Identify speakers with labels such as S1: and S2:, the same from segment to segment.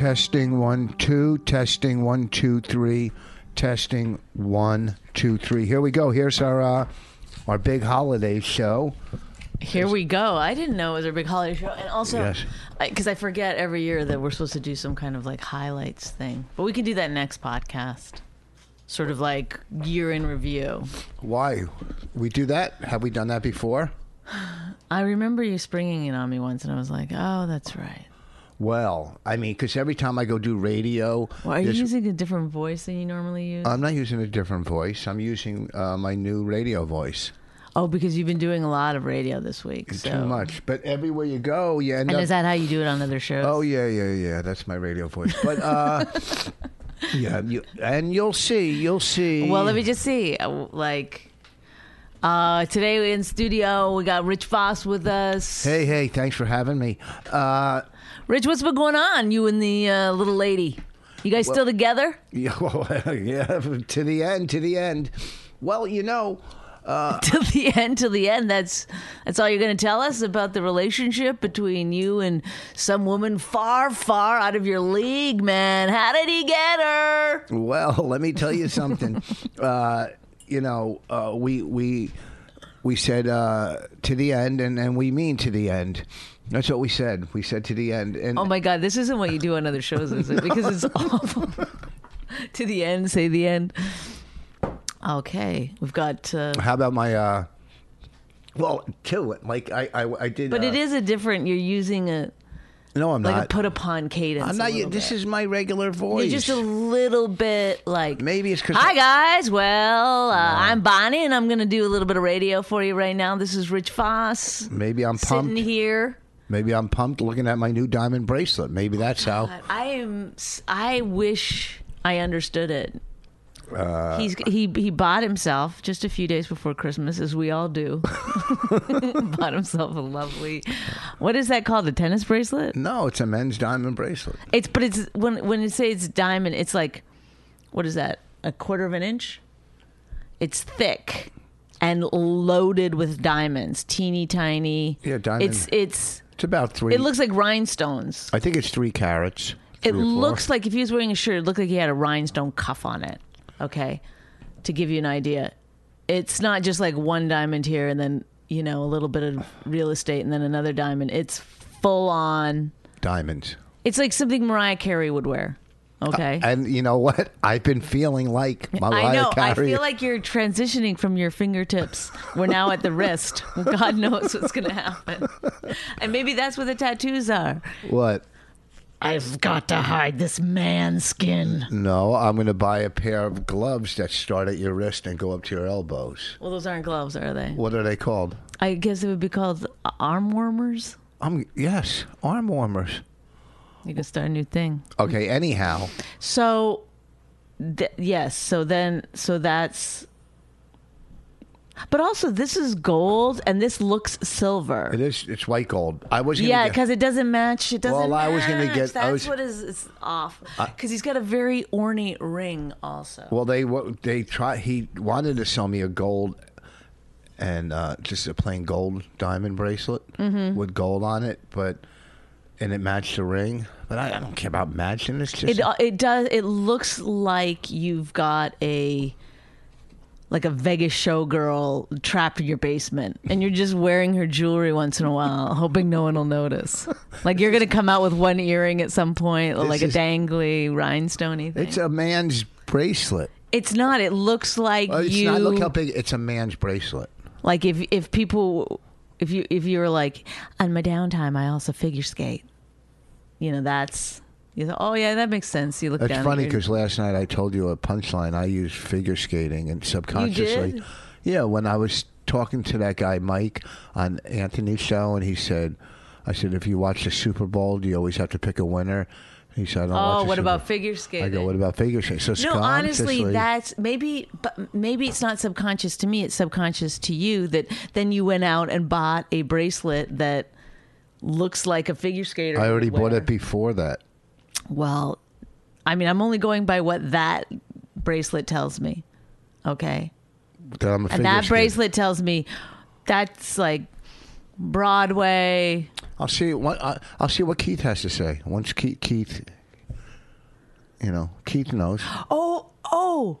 S1: Testing one, two. Testing one, two, three. Testing one, two, three. Here we go. Here's our uh, our big holiday show.
S2: Here we go. I didn't know it was our big holiday show. And also,
S1: Yes.
S2: because I forget every year that we're supposed to do some kind of like highlights thing. But we can do that next podcast. Sort of like year in review.
S1: Why we do that? Have we done that before?
S2: I remember you springing it on me once, and I was like, oh, that's right.
S1: Well, I mean, because every time I go do radio,
S2: Well, are you
S1: this-
S2: using a different voice than you normally use?
S1: I'm not using a different voice. I'm using uh, my new radio voice.
S2: oh, because you've been doing a lot of radio this week. So.
S1: Too much, but everywhere you go, you end
S2: And
S1: up.
S2: is that how you do it on other shows?
S1: Oh yeah, yeah, yeah. That's my radio voice. But uh, yeah, you, and you'll see, you'll see.
S2: Well, let me just see. Uh, Like, uh, today in studio, we got Rich Foss with us.
S1: Hey, hey, thanks for having me. Uh,
S2: Rich, what's been going on? You and the uh, little lady. You guys still together?
S1: yeah, well, yeah, to the end, to the end. Well, you know, uh,
S2: till the end, till the end. That's that's all you're going to tell us about the relationship between you and some woman far, far out of your league, man. How did he get her?
S1: well, let me tell you something. uh, you know, uh, we we we said uh, to the end, and, and we mean to the end. That's what we said. We said to the end, and
S2: Oh my God, this isn't what you do on other shows, is it? Because it's awful. to the end, say the end. Okay, we've got. Uh,
S1: how about my? Uh, well, to it, like I I, I did.
S2: but
S1: uh,
S2: it is a different. You're using a
S1: no, I'm
S2: like
S1: not.
S2: a put upon cadence.
S1: I'm
S2: a
S1: not.
S2: little
S1: This
S2: bit.
S1: is my regular voice.
S2: You're just a little bit like
S1: Maybe it's 'cause
S2: Hi
S1: I-
S2: guys, well uh, I'm Bonnie and I'm gonna do a little bit of radio for you right now. This is Rich Foss
S1: Maybe I'm
S2: sitting
S1: pumped.
S2: here.
S1: Maybe I'm pumped looking at my new diamond bracelet. Maybe that's how.
S2: God, I am. s- I wish I understood it.
S1: uh,
S2: He's he he bought himself just a few days before Christmas, as we all do. bought himself a lovely, what is that called? A tennis bracelet?
S1: No, it's a men's diamond bracelet.
S2: It's but it's when when you say it's diamond, it's like what is that? A quarter of an inch? It's thick and loaded with diamonds, teeny tiny.
S1: Yeah, diamond.
S2: It's it's
S1: It's about three.
S2: it looks like rhinestones.
S1: I think it's three carats. three
S2: It
S1: or four.
S2: looks like if he was wearing a shirt, it looked like he had a rhinestone cuff on it. Okay, to give you an idea, it's not just like one diamond here and then you know a little bit of real estate and then another diamond. It's full on.
S1: diamonds.
S2: It's like something Mariah Carey would wear. Okay,
S1: And you know what? I've been feeling like Mariah
S2: I know. I
S1: Carey.
S2: feel like you're transitioning from your fingertips. We're now at the wrist. God knows what's going to happen. And maybe that's where the tattoos are.
S1: what?
S2: I've got to hide this man skin.
S1: No, I'm going to buy a pair of gloves that start at your wrist and go up to your elbows.
S2: Well, those aren't gloves, are they?
S1: What are they called?
S2: I guess it would be called arm warmers.
S1: I'm yes, arm warmers.
S2: You can start a new thing.
S1: Okay. Anyhow,
S2: So, th- yes. So then, so that's. But also, this is gold, and this looks silver.
S1: it is. It's white gold. I was. gonna
S2: Yeah,
S1: get-
S2: because it doesn't match. It doesn't.
S1: Well, I was gonna
S2: match.
S1: get-
S2: That's
S1: I was-
S2: what is it's off. Because he's got a very ornate ring, also.
S1: Well, they wa- they try. He wanted to sell me a gold and uh, just a plain gold diamond bracelet
S2: Mm-hmm.
S1: with gold on it, but and it matched the ring. But I, I don't care about matching. It's just
S2: It it does. It looks like you've got a like a Vegas showgirl trapped in your basement, and you're just wearing her jewelry once in a while, hoping no one will notice. Like you're gonna come out with one earring at some point, like a
S1: is-
S2: dangly rhinestoney thing.
S1: it's
S2: It's,
S1: a man's bracelet.
S2: not. It looks like
S1: Uh, It's
S2: you
S1: not. Look how big. It's a man's bracelet.
S2: like if if people If you if you were like on my downtime, I also figure skate. You know that's you know, oh yeah that makes sense. You look
S1: That's
S2: down. at
S1: funny
S2: your-
S1: because last night I told you a punchline. I used figure skating and subconsciously.
S2: did?
S1: Yeah, when I was talking to that guy Mike on Anthony's show, and he said, "I said if you watch the Super Bowl, do you always have to pick a winner?" He said, "I don't." watch
S2: oh
S1: the
S2: what
S1: Super
S2: about
S1: Bowl."
S2: figure
S1: I
S2: skating?
S1: go, "What about figure skating?" So
S2: no, honestly,
S1: subconsciously-
S2: that's maybe, but maybe it's not subconscious to me. It's subconscious to you that then you went out and bought a bracelet that looks like a figure skater.
S1: I already
S2: would
S1: bought
S2: wear.
S1: it before that.
S2: Well, I mean, I'm only going by what that bracelet tells me. Okay.
S1: That I'm a figure
S2: And that
S1: skater.
S2: bracelet tells me that's like Broadway.
S1: I'll see what I, I'll see what Keith has to say. Once Keith, Keith, you know, Keith knows.
S2: Oh, oh.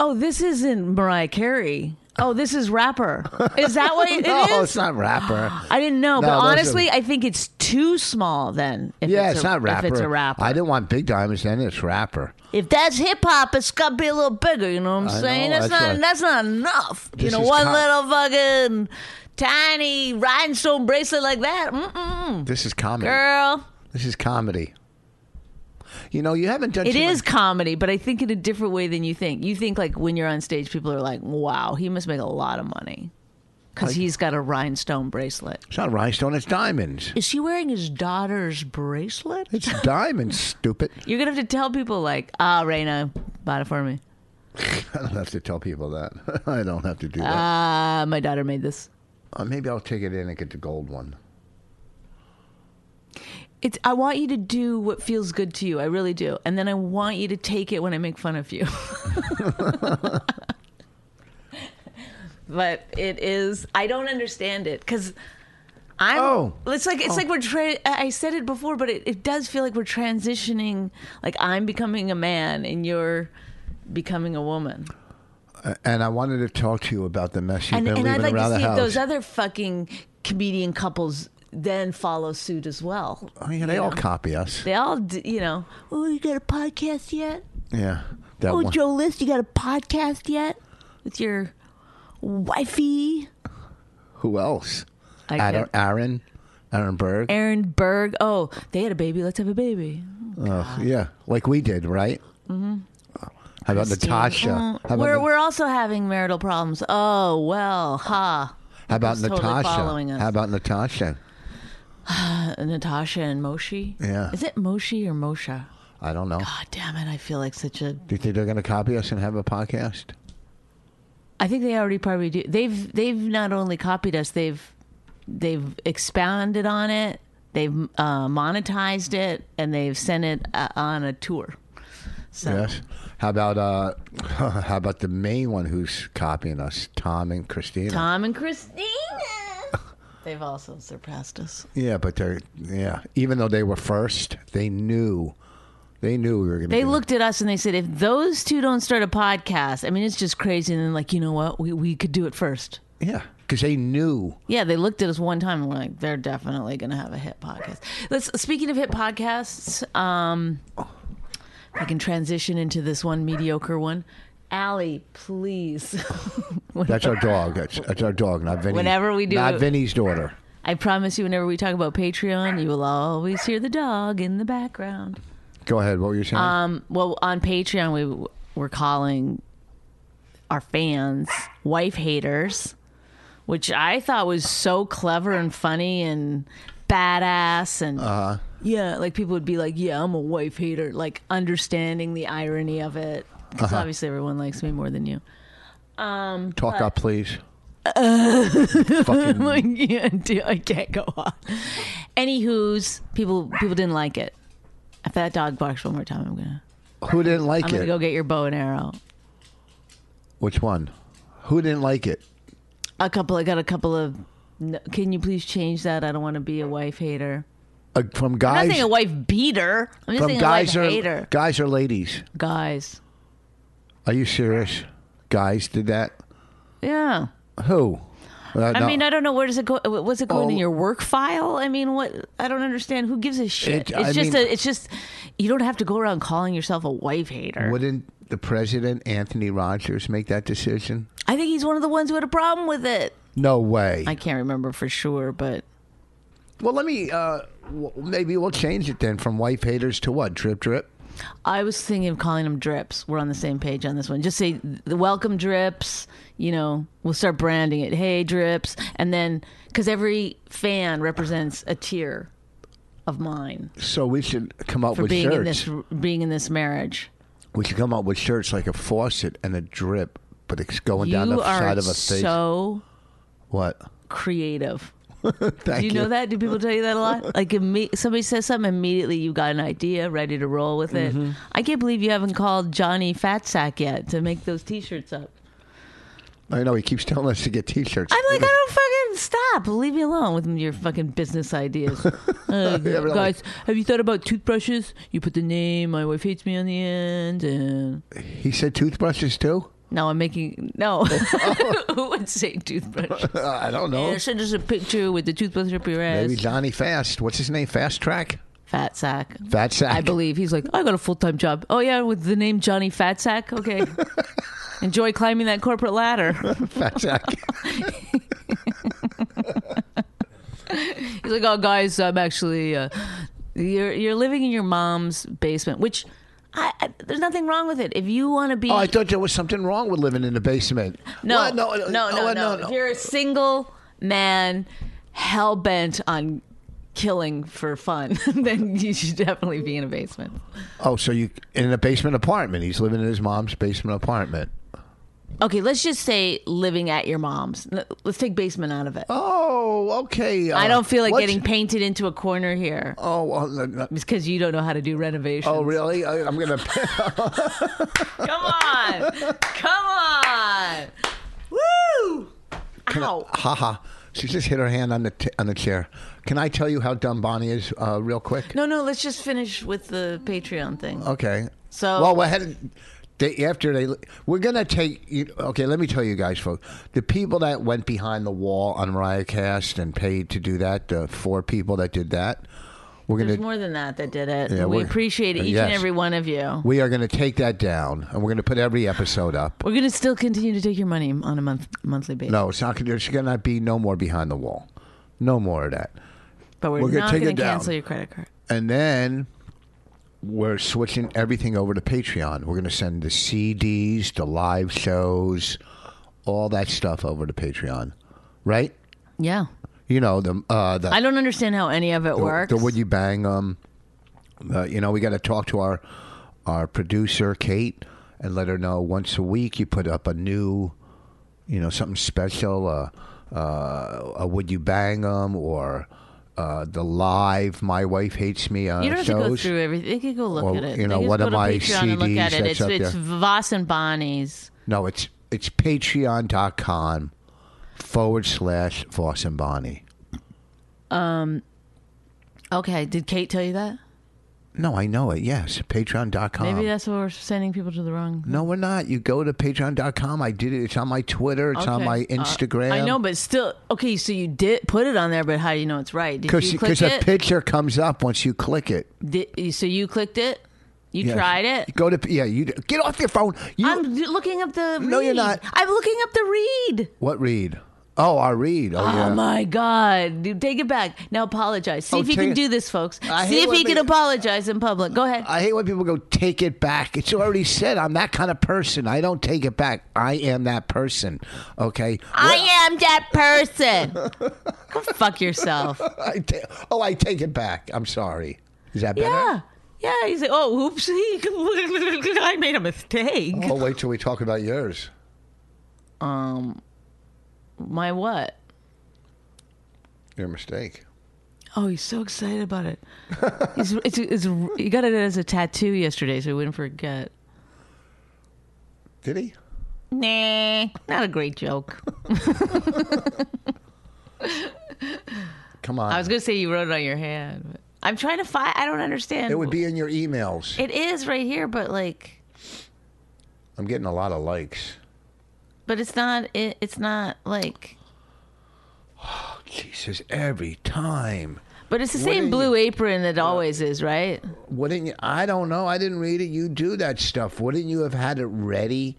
S2: Oh, this isn't Mariah Carey. Oh, this is rapper. Is that what Oh, it is?
S1: no, it's not rapper.
S2: I didn't know,
S1: No,
S2: but
S1: those are-
S2: honestly, I think it's too small. Then, if
S1: yeah,
S2: it's,
S1: it's
S2: a,
S1: not rapper.
S2: If it's a rapper,
S1: I didn't want big diamonds. Then it's rapper.
S2: if that's hip hop, it's got to be a little bigger. You know what I'm
S1: I
S2: saying?
S1: know,
S2: that's,
S1: that's
S2: not
S1: right.
S2: that's not enough. You
S1: This
S2: know,
S1: is
S2: one
S1: co-
S2: little fucking tiny rhinestone bracelet like that. Mm-mm.
S1: This is comedy.
S2: Girl,
S1: This is comedy. You know, you haven't done.
S2: it
S1: too
S2: is
S1: much-
S2: comedy, but I think in a different way than you think. You think like when you're on stage, people are like, "Wow, he must make a lot of money." Because he's got a rhinestone bracelet.
S1: It's not rhinestone. It's diamonds.
S2: Is he wearing his daughter's bracelet?
S1: It's diamonds. Stupid.
S2: You're gonna have to tell people like, ah, Raina bought it for me.
S1: I don't have to tell people that. I don't have to do that.
S2: Ah, my daughter made this.
S1: Uh, maybe I'll take it in and get the gold one.
S2: It's. I want you to do what feels good to you. I really do, and then I want you to take it when I make fun of you. but it is. I don't understand it because I'm.
S1: Oh.
S2: It's like it's like we're. Tra- I I said it before, but it, it does feel like we're transitioning. Like I'm becoming a man, and you're becoming a woman.
S1: Uh, and I wanted to talk to you about the mess you've
S2: and,
S1: been
S2: and I'd
S1: leaving
S2: like
S1: around
S2: to
S1: the
S2: see if
S1: house.
S2: those other fucking comedian couples then follow suit as well.
S1: oh, yeah, they all copy us.
S2: They all, d- you know, oh, you got a podcast yet?
S1: yeah, that
S2: Oh,
S1: one.
S2: Joe List, you got a podcast yet with your wifey?
S1: Who else?
S2: I
S1: Aaron,
S2: can't-
S1: Aaron, Aaron Berg.
S2: Aaron Berg. Oh, they had a baby. Let's have a baby.
S1: Oh, yeah, like we did, right? Mm-hmm. How about Natasha? How
S2: Mm,
S1: about,
S2: we're,
S1: Na-
S2: we're also having marital problems. Oh, well, ha.
S1: how about
S2: Who's totally
S1: Natasha?
S2: following us?
S1: How about Natasha?
S2: Uh, Natasha and Moshi.
S1: Yeah.
S2: Is it Moshi or Moshe?
S1: I don't know.
S2: God damn it. I feel like such a
S1: Do you think they're going to copy us and have a podcast?
S2: I think they already probably do. They've they've not only copied us, they've they've expounded on it, they've uh, monetized it, and they've sent it uh, on a tour. So
S1: Yes. How about uh, how about the main one who's copying us, Tom and Christina?
S2: Tom and Christina, they've also surpassed us.
S1: Yeah, but they're yeah. Even though they were first, they knew, they knew we were going to.
S2: They looked at us and they said, if those two don't start a podcast, I mean, it's just crazy. And then like, you know what? We we could do it first.
S1: Yeah, because they knew.
S2: Yeah, they looked at us one time and were like, they're definitely going to have a hit podcast. Let's speaking of hit podcasts, um, if I can transition into this one mediocre one. Allie, please.
S1: That's our dog. That's, that's our dog, not Vinny.
S2: Whenever we do
S1: not
S2: it-
S1: Vinny's daughter.
S2: I promise you, whenever we talk about Patreon, you will always hear the dog in the background.
S1: Go ahead. What were you saying?
S2: Um, well, on Patreon, we w- were calling our fans wife haters, which I thought was so clever and funny and badass. And yeah, like people would be like, yeah, I'm a wife hater, like understanding the irony of it. Because obviously, everyone likes me more than you.
S1: Talk up, please. Fucking
S2: Like, yeah, dude, I can't go on. Anywho's, people people didn't like it. If that dog barks one more time, I'm gonna
S1: Who didn't like
S2: I'm
S1: it?
S2: gonna go get your bow and arrow.
S1: Which one? Who didn't like it?
S2: a couple i got a couple of no, can you please change that i don't want to be a wife hater
S1: Uh, from
S2: i'm
S1: guys?
S2: not saying a wife beater i'm just
S1: from
S2: saying
S1: guys
S2: a
S1: or
S2: wife hater
S1: guys or ladies?
S2: guys
S1: Are you serious? Guys did that?
S2: yeah
S1: Who? Uh,
S2: i
S1: no.
S2: mean i don't know where does it go what's it going in
S1: Oh.
S2: your work file i mean what i don't understand who gives a shit
S1: It-
S2: it's
S1: I
S2: just
S1: mean-
S2: a it's just you don't have to go around calling yourself a wife hater
S1: Wouldn't the president Anthony Rogers make that decision?
S2: i think he's one of the ones who had a problem with it
S1: No way.
S2: I can't remember for sure, but
S1: well, let me. Uh, w- maybe we'll change it then from wife haters to what? Drip drip.
S2: I was thinking of calling them drips. We're on the same page on this one. Just say the welcome drips. You know, we'll start branding it. Hey, drips, and then because every fan represents a tier of mine
S1: So we should come up
S2: for
S1: with
S2: being in
S1: shirts.
S2: this being in this marriage.
S1: we should come up with shirts like a faucet and a drip, but it's going down
S2: you
S1: the
S2: are
S1: side of a face.
S2: so
S1: what?
S2: creative.
S1: Thank
S2: Do you know that? Do people tell you that a lot? Like, imme- somebody says something immediately, you got an idea, ready to roll with it.
S1: Mm-hmm.
S2: I can't believe you haven't called Johnny Fatsack yet to make those T-shirts up.
S1: I know he keeps telling us to get T-shirts.
S2: I'm like, I don't fucking stop. Leave me alone with your fucking business ideas. Uh,
S1: really.
S2: Guys, have you thought about toothbrushes? You put the name. My wife hates me on the end, and
S1: he said toothbrushes too.
S2: now I'm making no. Who would say toothbrush?
S1: I don't know.
S2: Yeah, send us a picture with the toothbrush up your ass.
S1: Maybe Johnny Fast. What's his name? Fast Track.
S2: Fat sack.
S1: Fat Sack.
S2: I believe he's like, I got a full time job. Oh yeah, with the name Johnny Fatsack. Okay, enjoy climbing that corporate ladder.
S1: Fat Sack.
S2: He's like, oh guys, I'm actually uh, you're you're living in your mom's basement, which I, I there's nothing wrong with it. If you want to be
S1: oh, I thought there was something wrong with living in the basement.
S2: no,
S1: What?
S2: no, no, no,
S1: oh,
S2: no. If you're a single man, hell bent on killing for fun, then you should definitely be in a basement.
S1: Oh, so you in a basement apartment? He's living in his mom's basement apartment.
S2: Okay, let's just say living at your mom's. Let's take basement out of it.
S1: Oh, okay. uh,
S2: I don't feel like
S1: what's-
S2: getting painted into a corner here.
S1: Oh, well, no, no.
S2: It's because you don't know how to do renovations.
S1: oh, really? I, I'm gonna.
S2: Come on. Come on. Woo! Ow.
S1: Ha ha. She just hit her hand on the t- on the chair. Can I tell you how dumb Bonnie is, uh, real quick?
S2: No, no, let's just finish with the Patreon thing.
S1: Okay.
S2: So-
S1: well, we're headed they, after they. We're gonna take. You, okay, let me tell you guys, folks. The people that went behind the wall on Riotcast and paid to do that, the four people that did that, we're
S2: There's
S1: gonna
S2: more than that that did it.
S1: Yeah,
S2: we
S1: we're- uh,
S2: appreciate each
S1: yes.
S2: and every one of you.
S1: we are gonna take that down, and we're gonna put every episode up.
S2: We're going to still continue to take your money on a month monthly basis.
S1: No, it's not gonna. There's gonna be no more behind the wall. No more of that.
S2: but we're,
S1: we're gonna
S2: not
S1: take
S2: going
S1: it
S2: to
S1: down.
S2: cancel your credit card.
S1: And then we're switching everything over to Patreon. We're going to send the CDs, the live shows, all that stuff over to Patreon, right?
S2: Yeah.
S1: You know the uh, the
S2: I don't understand how any of it works.
S1: the would you bang um, uh, you know we got to talk to our our producer Kate and let her know once a week you put up a new you know something special uh, uh, a would you bang 'em or uh, the live my wife hates me uh,
S2: You don't have
S1: shows.
S2: to go through everything. They could go look
S1: Well,
S2: at it.
S1: you
S2: They
S1: know,
S2: just
S1: one
S2: go
S1: of
S2: to
S1: my
S2: Patreon and look
S1: CDs
S2: at it.
S1: that's
S2: It's,
S1: up
S2: it's
S1: there.
S2: Voss and Bonnie's.
S1: No, it's it's patreon.com forward slash Voss and Bonnie.
S2: Okay. Did Kate tell you that?
S1: No, I know it. Yes, patreon.com.
S2: Maybe that's why we're sending people to the
S1: Um,
S2: wrong.
S1: no, we're not. You go to patreon.com. I did it. It's on my Twitter. It's on
S2: Okay.
S1: my
S2: Uh,
S1: Instagram.
S2: I know, but still, okay. So you did put it on there, but how do you know it's right? Did
S1: Because
S2: you click
S1: a
S2: it?
S1: picture comes up once you click it.
S2: Did- so you clicked it. You
S1: Yes.
S2: tried it.
S1: You go to yeah. You get off your phone. You
S2: I'm d- looking up the. Read.
S1: No, you're not.
S2: I'm looking up the read.
S1: what read? Oh, I read. Oh,
S2: Oh
S1: yeah.
S2: my God! Dude, take it back now. Apologize. See
S1: Oh,
S2: if you
S1: take
S2: can
S1: it-
S2: do this, folks.
S1: I
S2: See
S1: hate
S2: if
S1: when
S2: you can
S1: they-
S2: apologize in public. Go ahead.
S1: I hate when people go take it back. It's already said. I'm that kind of person. I don't take it back. I am that person. Okay.
S2: I am that person. Go fuck yourself.
S1: I ta- oh, I take it back. I'm sorry. Is that better?
S2: Yeah. Yeah. He's like, oh, oopsie. I made a mistake.
S1: Oh, wait till we talk about yours.
S2: Um, my what?
S1: Your mistake.
S2: Oh, he's so excited about it. he's, it's, it's, he got it as a tattoo yesterday, so he wouldn't forget.
S1: Did he?
S2: Nah, not a great joke.
S1: Come on.
S2: I was gonna say you wrote it on your hand. But I'm trying to find. I don't understand.
S1: it would be in your emails.
S2: It is right here, but like,
S1: I'm getting a lot of likes.
S2: but it's not. It, it's not like.
S1: Jesus, every time.
S2: But it's the
S1: What
S2: same
S1: are
S2: blue apron that always is, right?
S1: Wouldn't you? I don't know. I didn't read it. You do that stuff. Wouldn't you have had it ready?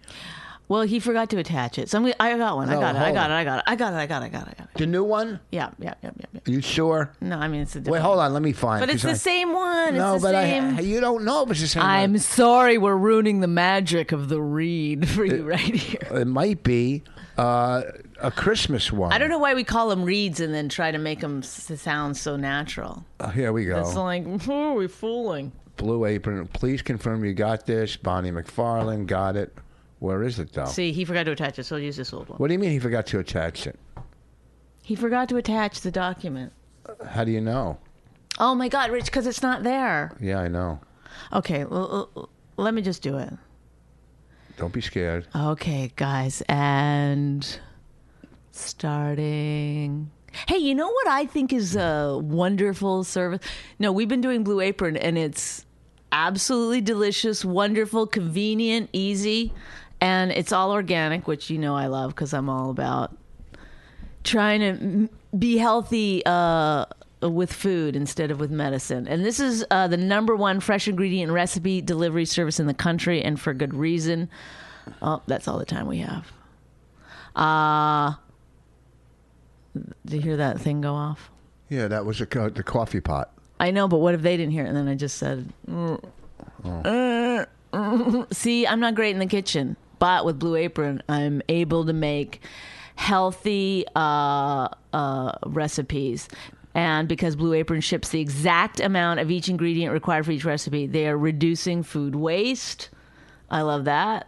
S2: Well, he forgot to attach it. So I'm, gonna- I got one. I
S1: No,
S2: got it. I
S1: Oh, hold
S2: got it.
S1: on.
S2: I got it. I got it. I got it. I got it. I got it.
S1: The new one?
S2: Yeah, yeah, yeah, yeah. yeah.
S1: Are you sure?
S2: No, I mean it's a different.
S1: Wait, hold on. Let me find.
S2: But
S1: it,
S2: it's
S1: 'cause
S2: the same one.
S1: I, no,
S2: it's the
S1: but
S2: same.
S1: I. You don't know if it's the same.
S2: I'm sorry, we're ruining the magic of the read for you right here.
S1: one. It might be uh, a Christmas one.
S2: I don't know why we call them reads and then try to make them sound so natural.
S1: Oh, here we go.
S2: It's like, who are we fooling?
S1: Blue Apron. Please confirm you got this. Bonnie McFarlane got it. Where is it though?
S2: See, he forgot to attach it, so I'll use this old one.
S1: What do you mean he forgot to attach it?
S2: He forgot to attach the document.
S1: How do you know?
S2: Oh my God, Rich, because it's not there.
S1: Yeah, I know.
S2: Okay, l- l- let me just do it.
S1: Don't be scared.
S2: Okay, guys, and starting. Hey, you know what I think is a wonderful service? No, we've been doing Blue Apron, and it's absolutely delicious, wonderful, convenient, easy, and it's all organic, which you know I love because I'm all about trying to m- be healthy uh, with food instead of with medicine. And this is uh, the number one fresh ingredient recipe delivery service in the country, and for good reason. Oh, that's all the time we have. Uh did you hear that thing go off?
S1: Yeah, that was a co- the coffee pot.
S2: I know, but what if they didn't hear it? And then I just said, "Mm, uh, mm." "See, I'm not great in the kitchen, but with Blue Apron, I'm able to make healthy uh, uh, recipes." And because Blue Apron ships the exact amount of each ingredient required for each recipe, they are reducing food waste. I love that.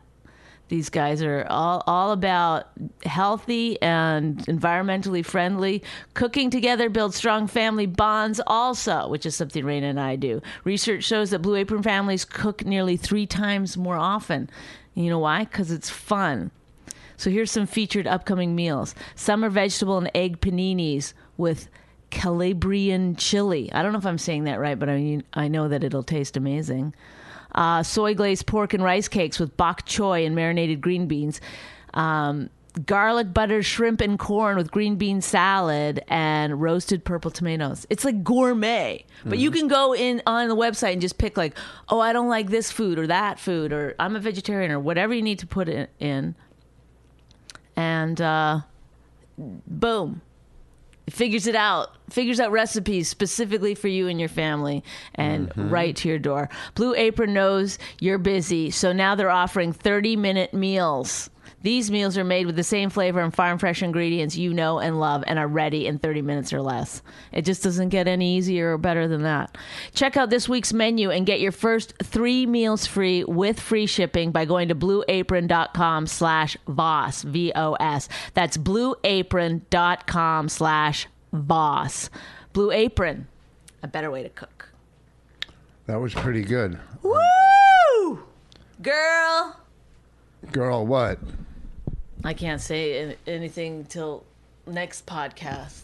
S2: These guys are all, all about healthy and environmentally friendly. Cooking together builds strong family bonds, also, which is something Raina and I do. Research shows that Blue Apron families cook nearly three times more often. You know why? Because it's fun. So here's some featured upcoming meals. Summer vegetable and egg paninis with Calabrian chili. I don't know if I'm saying that right, but I mean, I know that it'll taste amazing. Uh, soy glazed pork and rice cakes with bok choy and marinated green beans. Um, garlic butter shrimp and corn with green bean salad and roasted purple tomatoes. It's like gourmet. But you can go in on the website and just pick like, "Oh, I don't like this food or that food or I'm a vegetarian or whatever you need to put it in." and uh, boom it figures it out figures out recipes specifically for you and your family and right to your door blue apron knows you're busy so now they're offering 30 minute meals these meals are made with the same flavor and farm fresh ingredients you know and love and are ready in 30 minutes or less. It just doesn't get any easier or better than that. Check out this week's menu and get your first three meals free with free shipping by going to blueapron.com slash VOS, V-O-S. That's blueapron.com slash VOS. Blue Apron, a better way to cook.
S1: That was pretty good.
S2: Woo! Girl!
S1: Girl, what?
S2: I can't say an- anything till next podcast.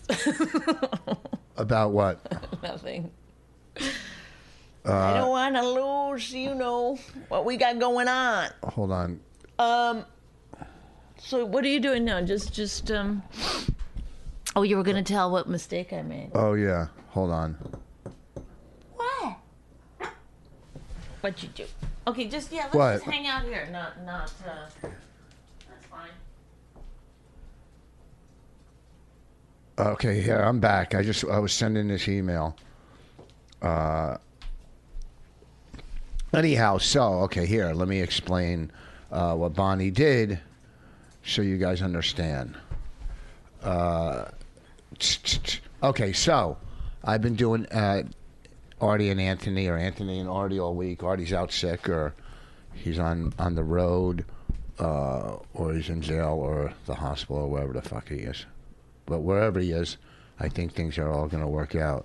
S1: About what?
S2: Nothing.
S1: Uh,
S2: I don't want to lose, you know, what we got going on. Um,
S1: Hold on.
S2: So, what are you doing now? Just, just, um. Oh, you were gonna tell what mistake I made.
S1: Oh yeah. Hold on.
S2: What? What'd you do? Okay, just yeah. Let's
S1: What?
S2: just hang out here. Not, not. Uh, that's fine.
S1: Okay, here I'm back. I just I was sending this email. Uh. Anyhow, so okay, here let me explain uh, what Bonnie did, so you guys understand. Uh, okay, so I've been doing uh, Artie and Anthony, or Anthony and Artie all week. Artie's out sick, or he's on on the road, uh, or he's in jail, or the hospital, or wherever the fuck he is. But wherever he is, I think things are all going to work out.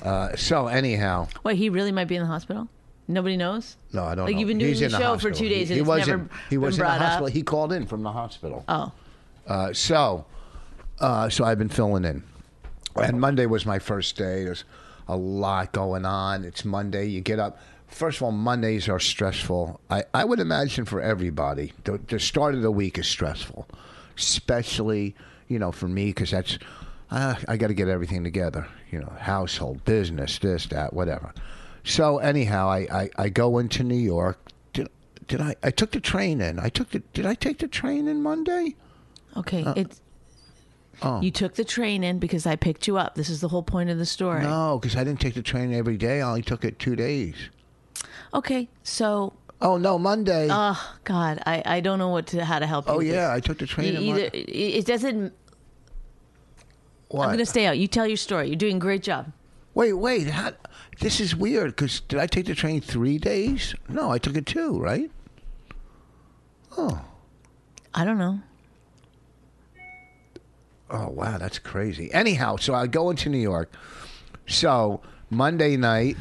S1: Uh, so anyhow,
S2: Wait, he really might be in the hospital. Nobody knows.
S1: no, I don't.
S2: Like
S1: know.
S2: you've been doing
S1: He's
S2: the
S1: in
S2: show for
S1: hospital.
S2: two days
S1: He,
S2: and
S1: he
S2: it's
S1: wasn't.
S2: never
S1: he
S2: been
S1: was in the
S2: brought up?
S1: hospital. He called in from the hospital.
S2: Oh,
S1: Uh, so, uh, so I've been filling in, and Monday was my first day. There's a lot going on. It's Monday. You get up. First of all, Mondays are stressful. I, I would imagine for everybody, the, the start of the week is stressful, especially you know for me because that's uh, I got to get everything together. You know, household, business, this, that, whatever. So anyhow, I I, I go into New York. Did, did I? I took the train in. I took the. Did I take the train in Monday?
S2: Okay,
S1: Uh,
S2: it's.
S1: oh.
S2: You took the train in because I picked you up. This is the whole point of the story.
S1: No, because I didn't take the train every day. I only took it two days.
S2: Okay, so
S1: Oh no, Monday.
S2: oh God, I, I don't know what to how to help you.
S1: oh
S2: with
S1: yeah,
S2: this.
S1: I took the train.
S2: You
S1: in Mon-
S2: either it- it doesn't.
S1: what?
S2: I'm gonna stay out. You tell your story. You're doing a great job.
S1: Wait, wait. How, this is weird because did I take the train three days? No, I took it two, right?
S2: I don't know.
S1: Oh, wow. That's crazy. Anyhow, so I go into New York. So Monday night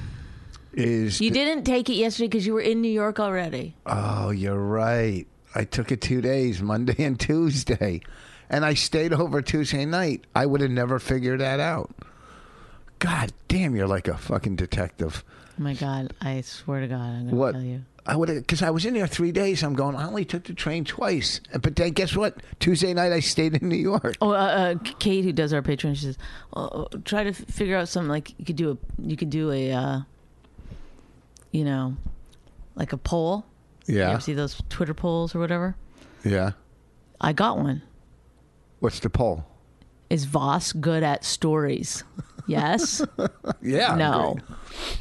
S1: is.
S2: You didn't take it yesterday because you were in New York already.
S1: Oh, you're right. I took it two days, Monday and Tuesday. And I stayed over Tuesday night. I would have never figured that out. God damn, you're like a fucking detective.
S2: Oh my God, I swear to God, I'm gonna
S1: What?
S2: tell you.
S1: I would because I was in there three days. I'm going. I only took the train twice, but then guess what? Tuesday night I stayed in New York.
S2: Oh, uh, uh, Kate, who does our Patreon, she says, oh, oh, try to f- figure out something like you could do a, you could do a, uh, you know, like a poll. You
S1: yeah,
S2: ever see those Twitter polls or whatever?
S1: yeah.
S2: I got one.
S1: What's the poll?
S2: Is Voss good at stories? Yes.
S1: Yeah, I'm
S2: no.
S1: great.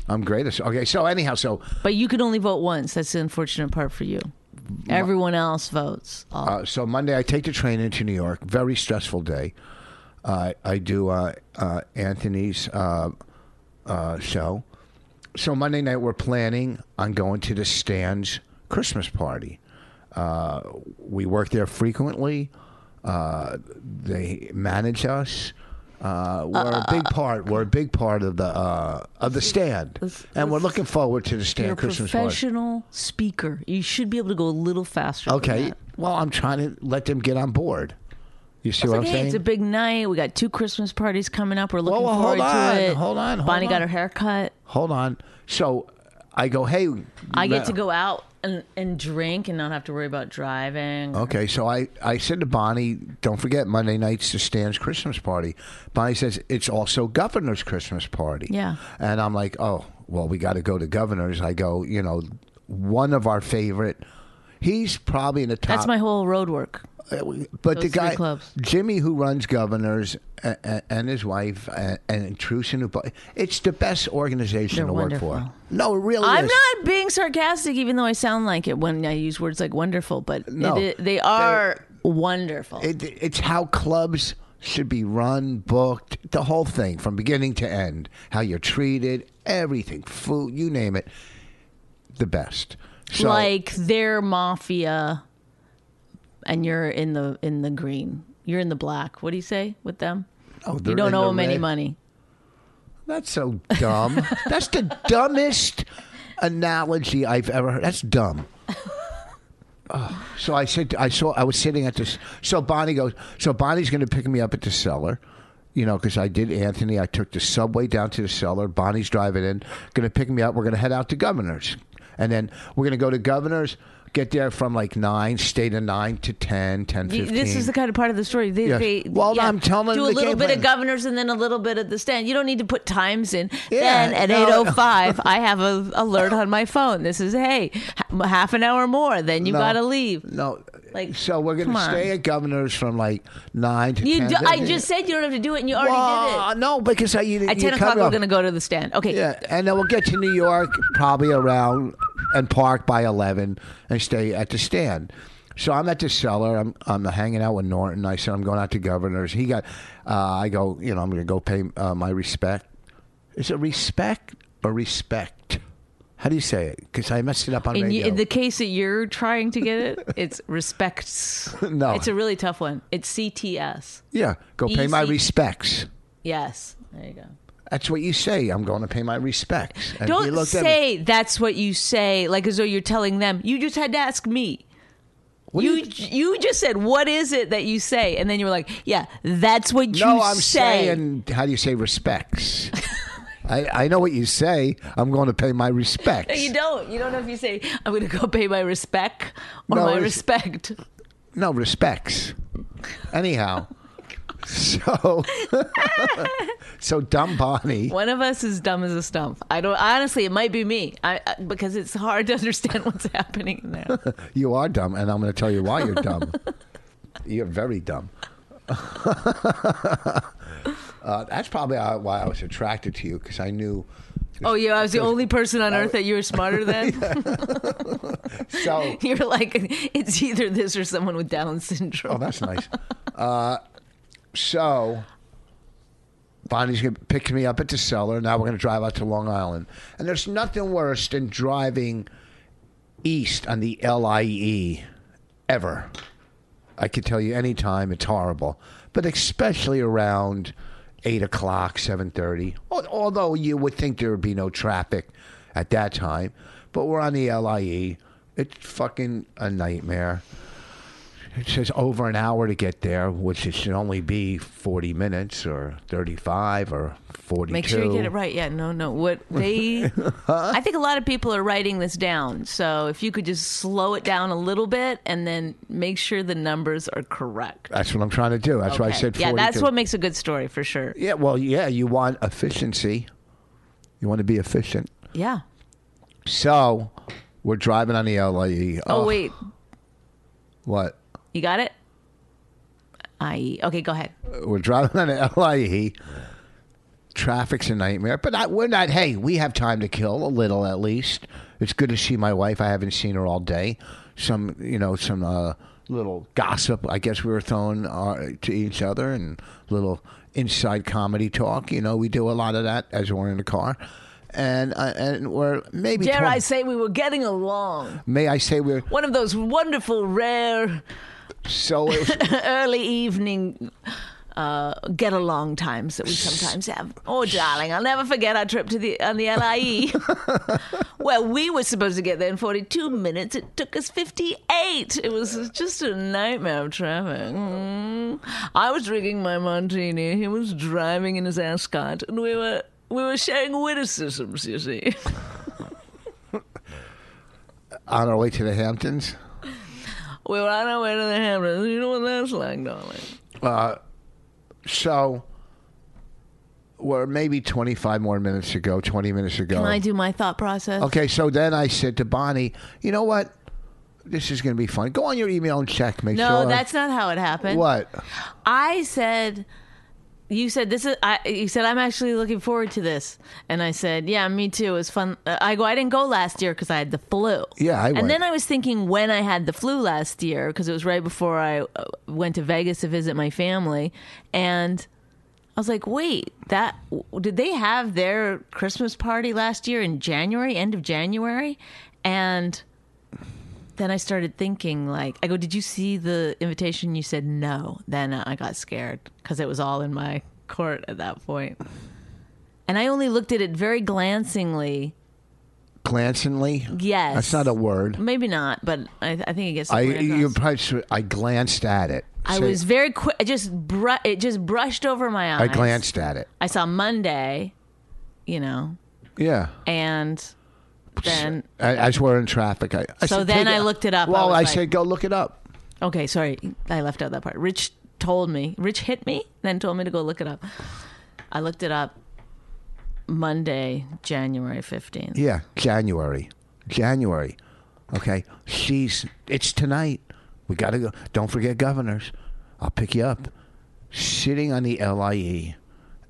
S1: I'm great. at- Okay, so anyhow, so
S2: But you could only vote once. That's the unfortunate part for you. Everyone else votes. Oh,
S1: Uh, so Monday, I take the train into New York. Very stressful day. Uh, I do uh, uh, Anthony's uh, uh, show. So Monday night, we're planning on going to the Stands Christmas party. Uh, we work there frequently. Uh, they manage us. Uh, we're a big part. We're a big part of the uh, of the stand, and we're looking forward to the
S2: You're a
S1: stand Christmas party.
S2: professional speaker. You should be able to go a little faster. than
S1: Okay.
S2: that.
S1: Well, I'm trying to let them get on board. You see what
S2: It's like,
S1: I'm
S2: hey,
S1: saying?
S2: it's a big night. We got two Christmas parties coming up. We're looking
S1: well,
S2: forward
S1: hold on,
S2: to it.
S1: hold on, hold
S2: Bonnie
S1: on.
S2: got her hair cut.
S1: Hold on. So I go, hey. Ma-
S2: I get to go out and, and drink and not have to worry about driving.
S1: Okay, so I, I said to Bonnie, don't forget Monday night's the Stan's Christmas party. Bonnie says it's also Governor's Christmas party.
S2: Yeah.
S1: And I'm like, oh, well, we got to go to Governor's. I go, you know, one of our favorite. He's probably in the top.
S2: That's my whole road work.
S1: But the
S2: Those three
S1: guy,
S2: clubs.
S1: Jimmy, who runs Governors a a- and his wife and, and Trusen, who bu- it's the best organization
S2: They're
S1: to work
S2: wonderful.
S1: for. No, it really
S2: I'm
S1: is.
S2: not being sarcastic, even though I sound like it when I use words like wonderful, but
S1: No.
S2: it, i- they are wonderful.
S1: It, it's how clubs should be run, booked, the whole thing from beginning to end. How you're treated, everything, food, you name it, the best. So,
S2: like they're mafia, and you're in the in the green. You're in the black. What do you say with them?
S1: oh,
S2: You
S1: they're in
S2: don't owe
S1: the
S2: them any
S1: red.
S2: money.
S1: That's so dumb. That's the dumbest analogy I've ever heard. That's dumb. Oh, so I said I saw I was sitting at this. So Bonnie goes. So Bonnie's going to pick me up at the cellar, you know, because I did Anthony. I took the subway down to the cellar. Bonnie's driving in, going to pick me up. We're going to head out to Governor's, and then we're going to go to Governor's. Get there from like nine, stay to nine to 10, 10,
S2: Y-
S1: 15.
S2: This is the kind of part of the story. They,
S1: Yes.
S2: they
S1: Well,
S2: yeah,
S1: I'm telling
S2: do a
S1: the
S2: little
S1: game
S2: bit
S1: plan.
S2: of governors and then a little bit of the stand. You don't need to put times in.
S1: Yeah,
S2: then at
S1: no.
S2: eight oh five, I have a alert on my phone. This is hey, h- half an hour more. Then you
S1: No.
S2: got to leave.
S1: no.
S2: Like,
S1: so we're going
S2: come
S1: to
S2: on.
S1: stay at Governor's from like nine to
S2: You,
S1: 10,
S2: do, I
S1: 15.
S2: just said you don't have to do it, and you already
S1: Well,
S2: did it.
S1: no, because I, you,
S2: At
S1: you
S2: ten
S1: come
S2: o'clock, we're
S1: up-
S2: going to go to the stand. Okay.
S1: Yeah, and then we'll get to New York probably around and park by eleven and stay at the stand. So I'm at the cellar. I'm I'm hanging out with Norton. I said I'm going out to Governors. He got. Uh, I go. You know I'm going to go pay uh, my respect. Is it respect or respect? How do you say it? Because I messed it up on
S2: In, y-
S1: radio.
S2: in the case that you're trying to get it, it's respects.
S1: No.
S2: It's a really tough one. It's CTS.
S1: yeah, go pay my
S2: Easy.
S1: respects.
S2: Yes. There you go.
S1: That's what you say. I'm going to pay my respects. And he
S2: Don't
S1: looked at me.
S2: say that's what you say, like as though you're telling them. You just had to ask me.
S1: What do
S2: you you just said what is it that you say, and then you were like, yeah, that's what you
S1: No, I'm
S2: say.
S1: saying, how do you say respects? I, I know what you say. I'm going to pay my
S2: No,
S1: respects.
S2: you don't. You don't know if you say I'm going to go pay my respect or
S1: No,
S2: my
S1: it's-
S2: respect.
S1: No, respects. Anyhow, So, so dumb Bonnie.
S2: One of us is dumb as a stump. I don't honestly. It might be me. I, I because it's hard to understand what's happening in there.
S1: You are dumb, and I'm going to tell you why you're dumb. you're very dumb. uh, that's probably how- why I was attracted to you because I knew.
S2: Oh yeah, I was the only person on earth that you were smarter than.
S1: So,
S2: You're like it's either this or someone with Down
S1: oh,
S2: syndrome.
S1: that's nice. Uh, so, Bonnie's going to pick me up at the cellar. Now we're going to drive out to Long Island, and there's nothing worse than driving east on the E. LIE ever. I could tell you any time it's horrible, but especially around eight o'clock, seven thirty. Although you would think there would be no traffic at that time, but we're on the LIE. It's fucking a nightmare. It says over an hour to get there, which it should only be forty minutes or thirty-five or forty-two.
S2: Make sure you get it right. Yeah, no, no. What they, I think a lot of people are writing this down. So if you could just slow it down a little bit and then make sure the numbers are correct.
S1: That's what I'm trying to do. That's why I
S2: Okay.
S1: said
S2: yeah,
S1: 42.
S2: that's what makes a good story for sure.
S1: Yeah, well, yeah, you want efficiency. You want to be efficient.
S2: Yeah.
S1: So we're driving on the LIE.
S2: Oh,
S1: Ugh,
S2: wait,
S1: What?
S2: you got it. I E. okay. Go ahead.
S1: We're driving on the LIE. Traffic's a nightmare, but I, we're not. Hey, we have time to kill a little at least. It's good to see my wife. I haven't seen her all day. Some, you know, some uh, little gossip. I guess we were thrown uh, to each other and little inside comedy talk. You know, we do a lot of that as we're in the car, and uh, and we're maybe.
S2: Dare I
S1: 20
S2: say we were getting along?
S1: may I say we're
S2: One of those wonderful, rare
S1: so. It was,
S2: early evening uh, get along times that we sometimes have. Oh, darling, I'll never forget our trip to the on the LIE, where we were supposed to get there in 42 minutes. It took us 58. It was just a nightmare of traffic. Mm. I was drinking my martini. He was driving in his ascot, and we were we were sharing witticisms. You see.
S1: on our way to the Hamptons.
S2: We were on our way to the Hamptons. You know what that's like, darling.
S1: So we're maybe 25 more minutes ago, 20 minutes ago.
S2: Can I do my thought process?
S1: okay, so then I said to Bonnie, you know what? This is going to be fun. Go on your email and check. Make
S2: No,
S1: sure.
S2: that's not how it happened.
S1: What?
S2: I said, you said this is. I you said I'm actually looking forward to this, and I said, yeah, me too. It was fun. Uh, I go. I didn't go last year because I had the flu.
S1: Yeah, I went.
S2: And then I was thinking when I had the flu last year because it was right before I uh, went to Vegas to visit my family, and I was like, wait, that w- did they have their Christmas party last year in January, end of January, and. Then I started thinking, like, I go, did you see the invitation? You said no. Then uh, I got scared because it was all in my court at that point. And I only looked at it very glancingly.
S1: Glancingly?
S2: Yes.
S1: That's not a word.
S2: Maybe not, but I, I think it gets. the
S1: I
S2: point across.
S1: you probably should- I glanced at it.
S2: I
S1: So
S2: was very quick. I just bru- it just brushed over my eyes.
S1: I glanced at it.
S2: I saw Monday, you know,
S1: Yeah.
S2: and then
S1: A- As we're in traffic, I. I
S2: So
S1: said,
S2: then
S1: take
S2: I looked it up. I
S1: Well,
S2: was
S1: I
S2: like-
S1: said, go look it up.
S2: Okay, sorry, I left out that part. Rich told me. Rich hit me, then told me to go look it up. I looked it up Monday, January fifteenth.
S1: Yeah, January. January. Okay. She's it's tonight. We gotta go. Don't forget governors. I'll pick you up. Sitting on the LIE.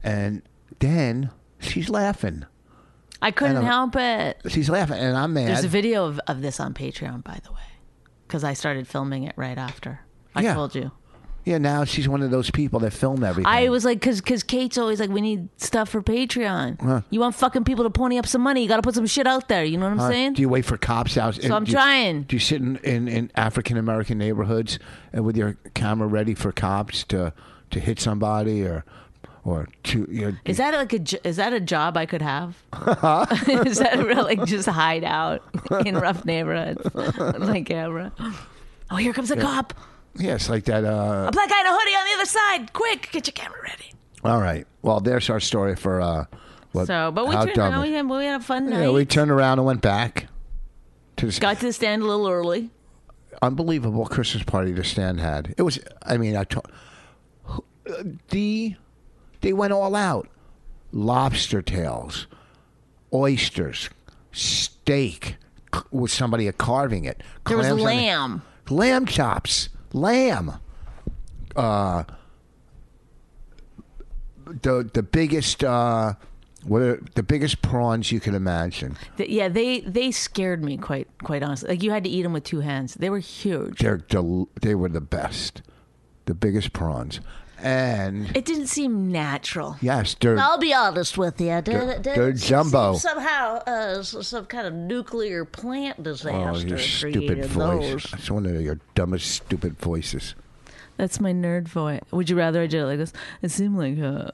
S1: And then she's laughing.
S2: I couldn't
S1: I know.
S2: help it.
S1: She's laughing and I'm mad.
S2: There's a video of, of this on Patreon, by the way, because I started filming it right after. I
S1: Yeah.
S2: told you.
S1: yeah, now she's one of those people that film everything.
S2: I was like, because Kate's always like, we need stuff for Patreon. You want fucking people to pony up some money. You got to put some shit out there. You know what I'm
S1: Huh?
S2: saying?
S1: Do you wait for cops out? So
S2: I'm trying.
S1: Do you sit in, in, in African American neighborhoods and with your camera ready for cops to to hit somebody or or to you know,
S2: Is that like a j- is that a job I could have? is that really like just hide out in rough neighborhoods with my camera? Oh, here comes a cop!
S1: yeah, it's like that uh
S2: A black guy in a hoodie on the other side! Quick, get your camera ready.
S1: All right. Well, there's our story for uh. What,
S2: So, but we
S1: how
S2: turned
S1: dumb
S2: around.
S1: it-
S2: We had, we had a fun night.
S1: yeah, we turned around and went back to this
S2: Got to the stand a little early.
S1: unbelievable Christmas party the stand had. It was. I mean, I told. uh, the they went all out. Lobster tails, oysters, steak c- with somebody carving it.
S2: There was
S1: Clams on the-
S2: lamb.
S1: lamb chops, lamb. Uh, the the biggest uh, what are the biggest prawns you can imagine?
S2: Th- yeah, they they scared me quite quite honestly. Like you had to eat them with two hands. They were huge.
S1: They're del- they were the best, the biggest prawns, and
S2: It didn't seem natural.
S1: yes, they're
S3: I'll be honest with you. They're,
S1: they're jumbo.
S3: Somehow, uh, s- some kind of nuclear plant
S1: oh
S3: disaster
S1: your
S3: created
S1: stupid voice.
S3: those.
S1: It's one of your dumbest stupid voices.
S2: That's my nerd voice. Would you rather I did it like this? It seemed like a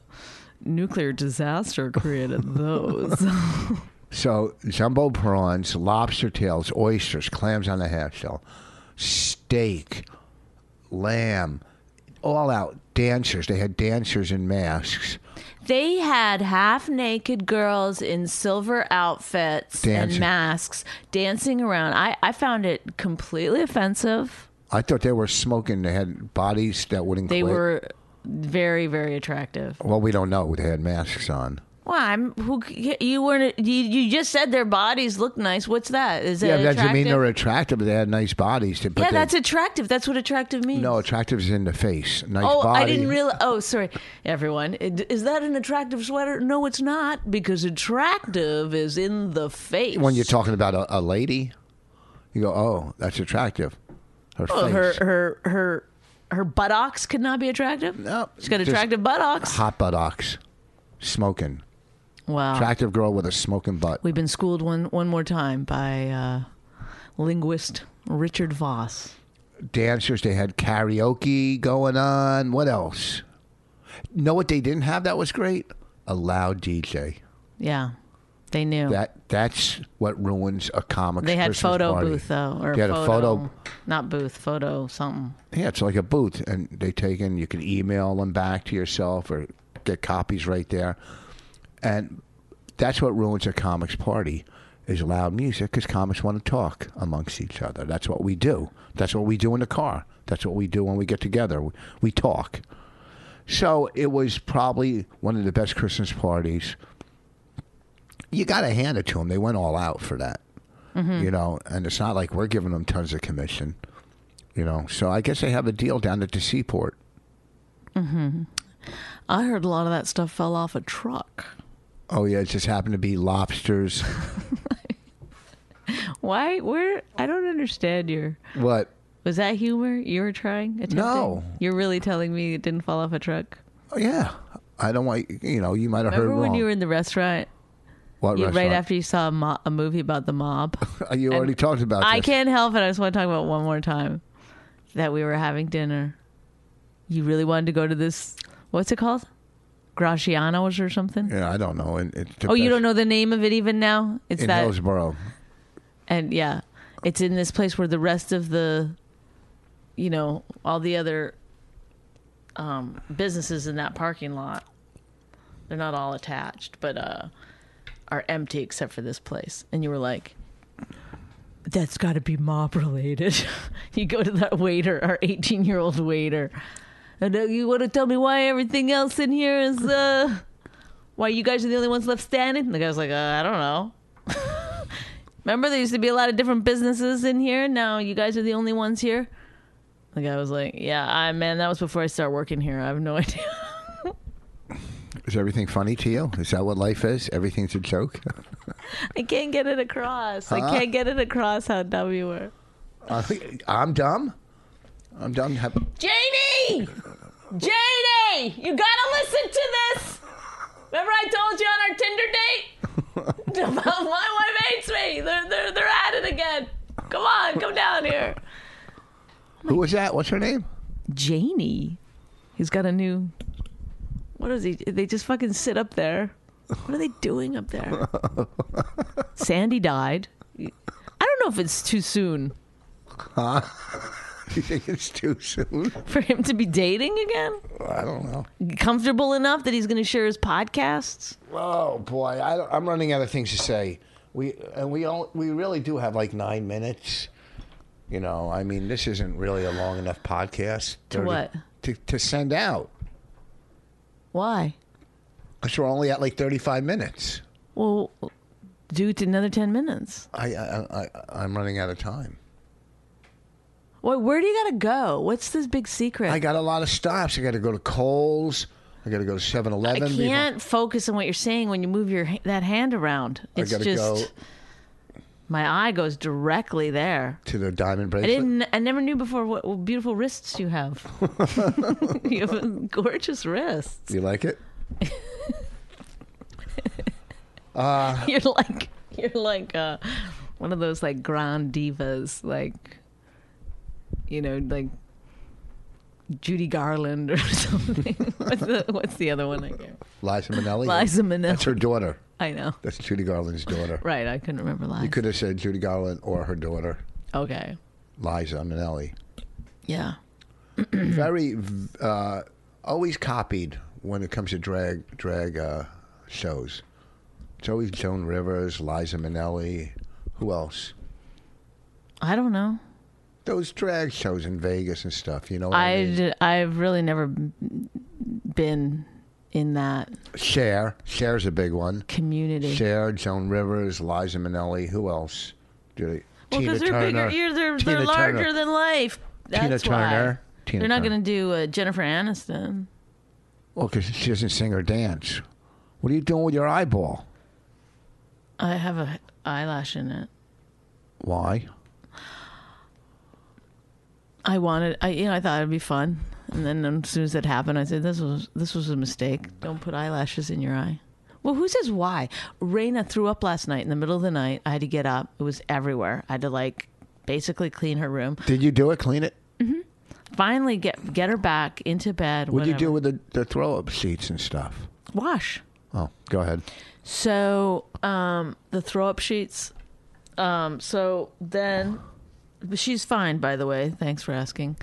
S2: nuclear disaster created those.
S1: So jumbo prawns, lobster tails, oysters, clams on the half shell, steak, lamb, all out dancers. They had dancers in masks.
S2: they had half naked girls in silver outfits
S1: Dancing.
S2: and masks dancing around. I, I found it completely offensive.
S1: I thought they were smoking. They had bodies that wouldn't.
S2: They
S1: quit.
S2: were very, very attractive.
S1: Well, we don't know. They had masks on.
S2: Well, I'm who c- you weren't. You, you just said their bodies look nice. What's that? Is that
S1: yeah,
S2: attractive?
S1: that you mean they're attractive. They had nice bodies. To, but
S2: yeah,
S1: they-
S2: that's attractive. That's what attractive means.
S1: no attractive is in the face. Nice
S2: Oh,
S1: body.
S2: I didn't realize. Oh, sorry, everyone. It- Is that an attractive sweater? No, it's not because attractive is in the face.
S1: When you're talking about a, a lady, you go, "Oh, that's attractive." Her
S2: Oh,
S1: face.
S2: her her her her buttocks could not be attractive.
S1: No,
S2: she's got
S1: just- Ah,
S2: attractive buttocks.
S1: hot buttocks, smoking.
S2: Wow,
S1: Attractive girl with a smoking butt.
S2: we've been schooled one one more time by uh, linguist Richard Voss.
S1: Dancers, they had karaoke going on. What else? Know what they didn't have that was great? A loud DJ.
S2: Yeah, they knew.
S1: That that's what ruins a comic.
S2: Oh. they had
S1: Christmas
S2: photo
S1: party.
S2: booth though, or
S1: they had
S2: photo,
S1: a photo.
S2: not booth, photo something.
S1: Yeah, it's like a booth, and they take in. You can email them back to yourself or get copies right there, and that's what ruins a comics party is loud music because comics want to talk amongst each other. That's what we do. That's what we do in the car. That's what we do when we get together. We, we talk. So it was probably one of the best Christmas parties. You got to hand it to them. They went all out for that. You know, and it's not like we're giving them tons of commission you know. So I guess they have a deal down at the seaport.
S2: I heard a lot of that stuff fell off a truck.
S1: Oh yeah, it just happened to be lobsters.
S2: Why? Where? I don't understand your.
S1: what?
S2: Was that humor you were trying? Attempting?
S1: No.
S2: You're really telling me it didn't fall off a truck?
S1: Oh, yeah, I don't want you know. You might have heard
S2: Remember
S1: wrong.
S2: when you were in the restaurant?
S1: what
S2: you-
S1: restaurant? Uh,
S2: Right after you saw a, mo- a movie about the mob?
S1: you already talked about.
S2: I
S1: this.
S2: can't help it. I just want to talk about one more time that we were having dinner. You really wanted to go to this, what's it called? Graciano's or something?
S1: Yeah, I don't know. And it's the
S2: Oh, you
S1: best
S2: don't know the name of it even now? It's
S1: in
S2: that.
S1: Hillsborough.
S2: and yeah it's in this place where the rest of the you know all the other um businesses in that parking lot they're not all attached but uh are empty except for this place and you were like that's got to be mob related you go to that waiter our 18 year old waiter and uh, you want to tell me why everything else in here is uh why you guys are the only ones left standing and the guy's like uh, i don't know Remember, there used to be a lot of different businesses in here. Now you guys are the only ones here. The guy was like, "Yeah, I man, that was before I started working here. I have no idea."
S1: Is everything funny to you? Is that what life is? Everything's a joke.
S2: I can't get it across. I can't get it across how dumb you were.
S1: I think- I'm dumb. I'm dumb. Have-
S2: Janie, Janie, you gotta listen to this. Remember, I told you on our Tinder date about my wife hates me. They're they're they're at it again. Come on, come down here.
S1: Who was that? What's her name?
S2: Janie. He's got a new. What is he? They just fucking sit up there. What are they doing up there? Sandy died. I don't know if it's too soon
S1: You think it's too soon?
S2: for him to be dating again.
S1: I don't know.
S2: Comfortable enough that he's going to share his podcasts.
S1: Oh boy, I, don't- I'm running out of things to say. We and we all we really do have like nine minutes. You know, I mean, this isn't really a long enough podcast
S2: To what?
S1: to to send out.
S2: Why?
S1: Because we're only at like 35 minutes.
S2: Well, do it another 10 minutes.
S1: I, I, I, I'm running out of time.
S2: Wait, where do you got to go? What's this big secret?
S1: I got a lot of stops. I got to go to Kohl's. I got to go to 7
S2: I
S1: Eleven.
S2: can't focus on what you're saying when you move your ha- that hand around.
S1: I
S2: It's
S1: got to
S2: just
S1: go
S2: my eye goes directly there.
S1: to the diamond
S2: I
S1: bracelet.
S2: didn't. I never knew before what what beautiful wrists you have. you have gorgeous wrists.
S1: You like it?
S2: You're like you're like uh, one of those like grand divas, like you know, like Judy Garland or something. what's, the, what's the other one? I can't.
S1: Liza Minnelli?
S2: Liza Minnelli.
S1: That's her daughter.
S2: I know.
S1: That's Judy Garland's daughter.
S2: Right, I couldn't remember
S1: You
S2: last.
S1: could have said Judy Garland or her daughter,
S2: Okay.
S1: Liza Minnelli.
S2: Yeah.
S1: Very, v- uh, always copied when it comes to drag drag uh, shows. It's always Joan Rivers, Liza Minnelli. Who else?
S2: I don't know.
S1: Those drag shows in Vegas and stuff. You know what I, mean?
S2: I have really never b- been in that
S1: Cher. Cher's a big one.
S2: community.
S1: Cher, Joan Rivers, Liza Minnelli. Who else? Judy.
S2: Well,
S1: Tina
S2: because they're
S1: Turner.
S2: bigger, you're, they're,
S1: Tina
S2: they're larger
S1: Turner.
S2: than life. That's
S1: Tina
S2: why.
S1: Turner. Tina
S2: they're not
S1: Turner.
S2: going to do uh, Jennifer Aniston.
S1: Well, because she doesn't sing or dance. What are you doing with your eyeball?
S2: I have a eyelash in it.
S1: Why?
S2: I wanted, I you know, I thought it'd be fun, and then as soon as that happened, I said, "This was this was a mistake. Don't put eyelashes in your eye." Well, who says why? Raina threw up last night in the middle of the night. I had to get up. It was everywhere. I had to like basically clean her room.
S1: Did you do it? Clean it?
S2: Finally, get get her back into bed.
S1: What do you do
S2: whatever.
S1: with the, the throw up sheets and stuff?
S2: Wash.
S1: Oh, go ahead.
S2: So um, the throw up sheets. Um, so then, but she's fine, by the way. Thanks for asking.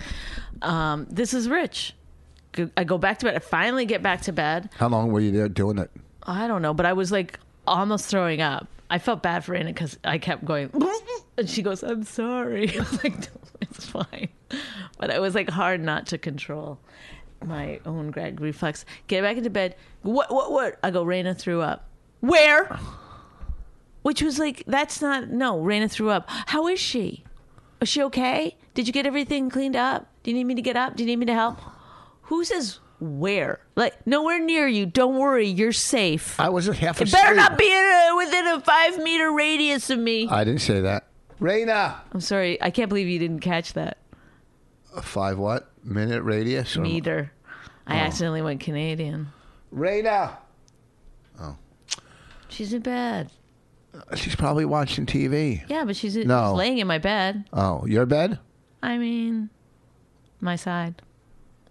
S2: Um, this is Rich. Go- I go back to bed. I finally get back to bed.
S1: How long were you there doing it?
S2: I don't know, but I was like almost throwing up. I felt bad for Anna because I kept going, and she goes, "I'm sorry." I was like, "No, "It's fine," but I was like hard not to control my own gag reflex. Get back into bed. What? What? What? I go. Raina threw up. Where? Which was like, that's not no. Raina threw up. How is she? Is she okay? Did you get everything cleaned up? Do you need me to get up? Do you need me to help? Who says where? Like nowhere near you. Don't worry, you're safe.
S1: I was at half
S2: It
S1: asleep.
S2: better not be in a, within a five meter radius of me.
S1: I didn't say that. Raina!
S2: I'm sorry. I can't believe you didn't catch that
S1: A five what? Minute radius? or-
S2: meter. I accidentally went Canadian.
S1: Raina!
S2: She's in bed.
S1: She's probably watching TV.
S2: Yeah, but she's,
S1: No.
S2: she's laying in my bed.
S1: Oh, your bed?
S2: I mean, my side,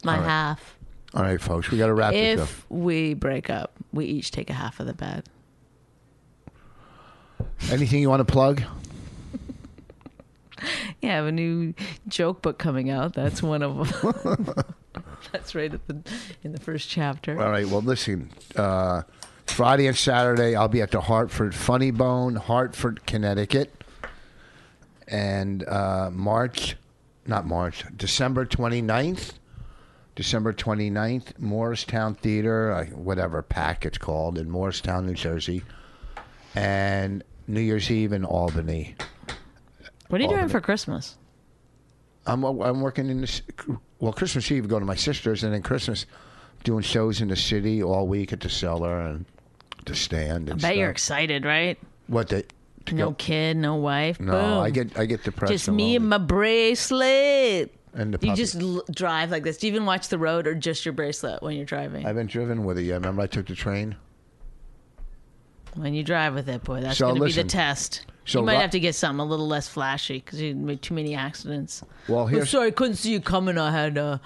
S2: my
S1: All right.
S2: half.
S1: All right, folks, we got to wrap this up.
S2: If we break up, we each take a half of the bed.
S1: Anything you want to plug?
S2: Yeah, I have a new joke book coming out. That's one of them. That's right at the, in the first chapter.
S1: All right. Well, listen. Uh, Friday and Saturday, I'll be at the Hartford Funny Bone, Hartford, Connecticut, and uh, March, not March, December 29th, December 29th, Morristown Theater, uh, whatever pack it's called, in Morristown, New Jersey, and New Year's Eve in Albany.
S2: What are you
S1: All
S2: doing
S1: the-
S2: for Christmas?
S1: I'm I'm working in this. Well, Christmas Eve go to my sister's, and then Christmas doing shows in the city all week at the cellar and the stand. And
S2: Bet you're
S1: stuff.
S2: excited, right?
S1: what the to
S2: No
S1: go-
S2: kid, no wife.
S1: no.
S2: Boom.
S1: I get I get depressed.
S2: just me
S1: lonely.
S2: and my bracelet.
S1: And the
S2: you
S1: puppy.
S2: just l- drive like this. Do you even watch the road or just your bracelet when you're driving?
S1: I haven't driven with it yet. Remember, I took the train.
S2: when you drive with it, boy, that's
S1: So,
S2: going to be the
S1: listen.
S2: test.
S1: So
S2: you might
S1: Ro-
S2: have to get something a little less flashy because you made too many accidents.
S1: Well,
S2: I'm
S1: here's
S2: sorry, I couldn't see you coming. I had a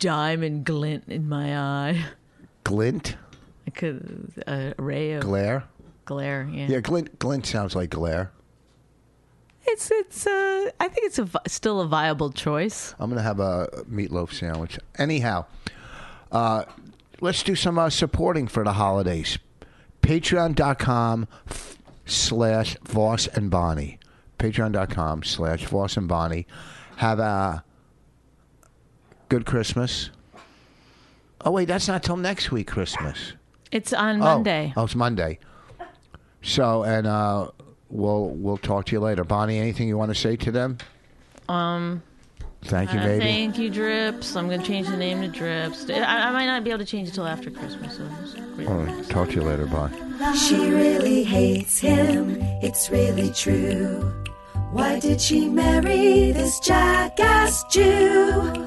S2: diamond glint in my eye.
S1: glint
S2: I could a ray of
S1: glare.
S2: glare. Yeah.
S1: Yeah, glint glint sounds like glare.
S2: it's it's. Uh, I think it's a vi- still a viable choice.
S1: I'm gonna have a meatloaf sandwich. Anyhow, uh, let's do some uh, supporting for the holidays. Patreon.com f- slash Voss and Bonnie. Patreon.com slash Voss and Bonnie. Have a good Christmas. Oh wait, that's not till next week, Christmas.
S2: It's on
S1: Oh.
S2: Monday.
S1: Oh, it's Monday. So and uh, we'll we'll talk to you later, Bonnie. Anything you want to say to them?
S2: Um,
S1: Thank you,
S2: uh,
S1: baby.
S2: thank you, Drips. I'm gonna change the name to Drips. I, I might not be able to change it till after Christmas. So just
S1: All right, talk to you later. Bye.
S4: She really hates him, it's really true. Why did she marry this jackass Jew?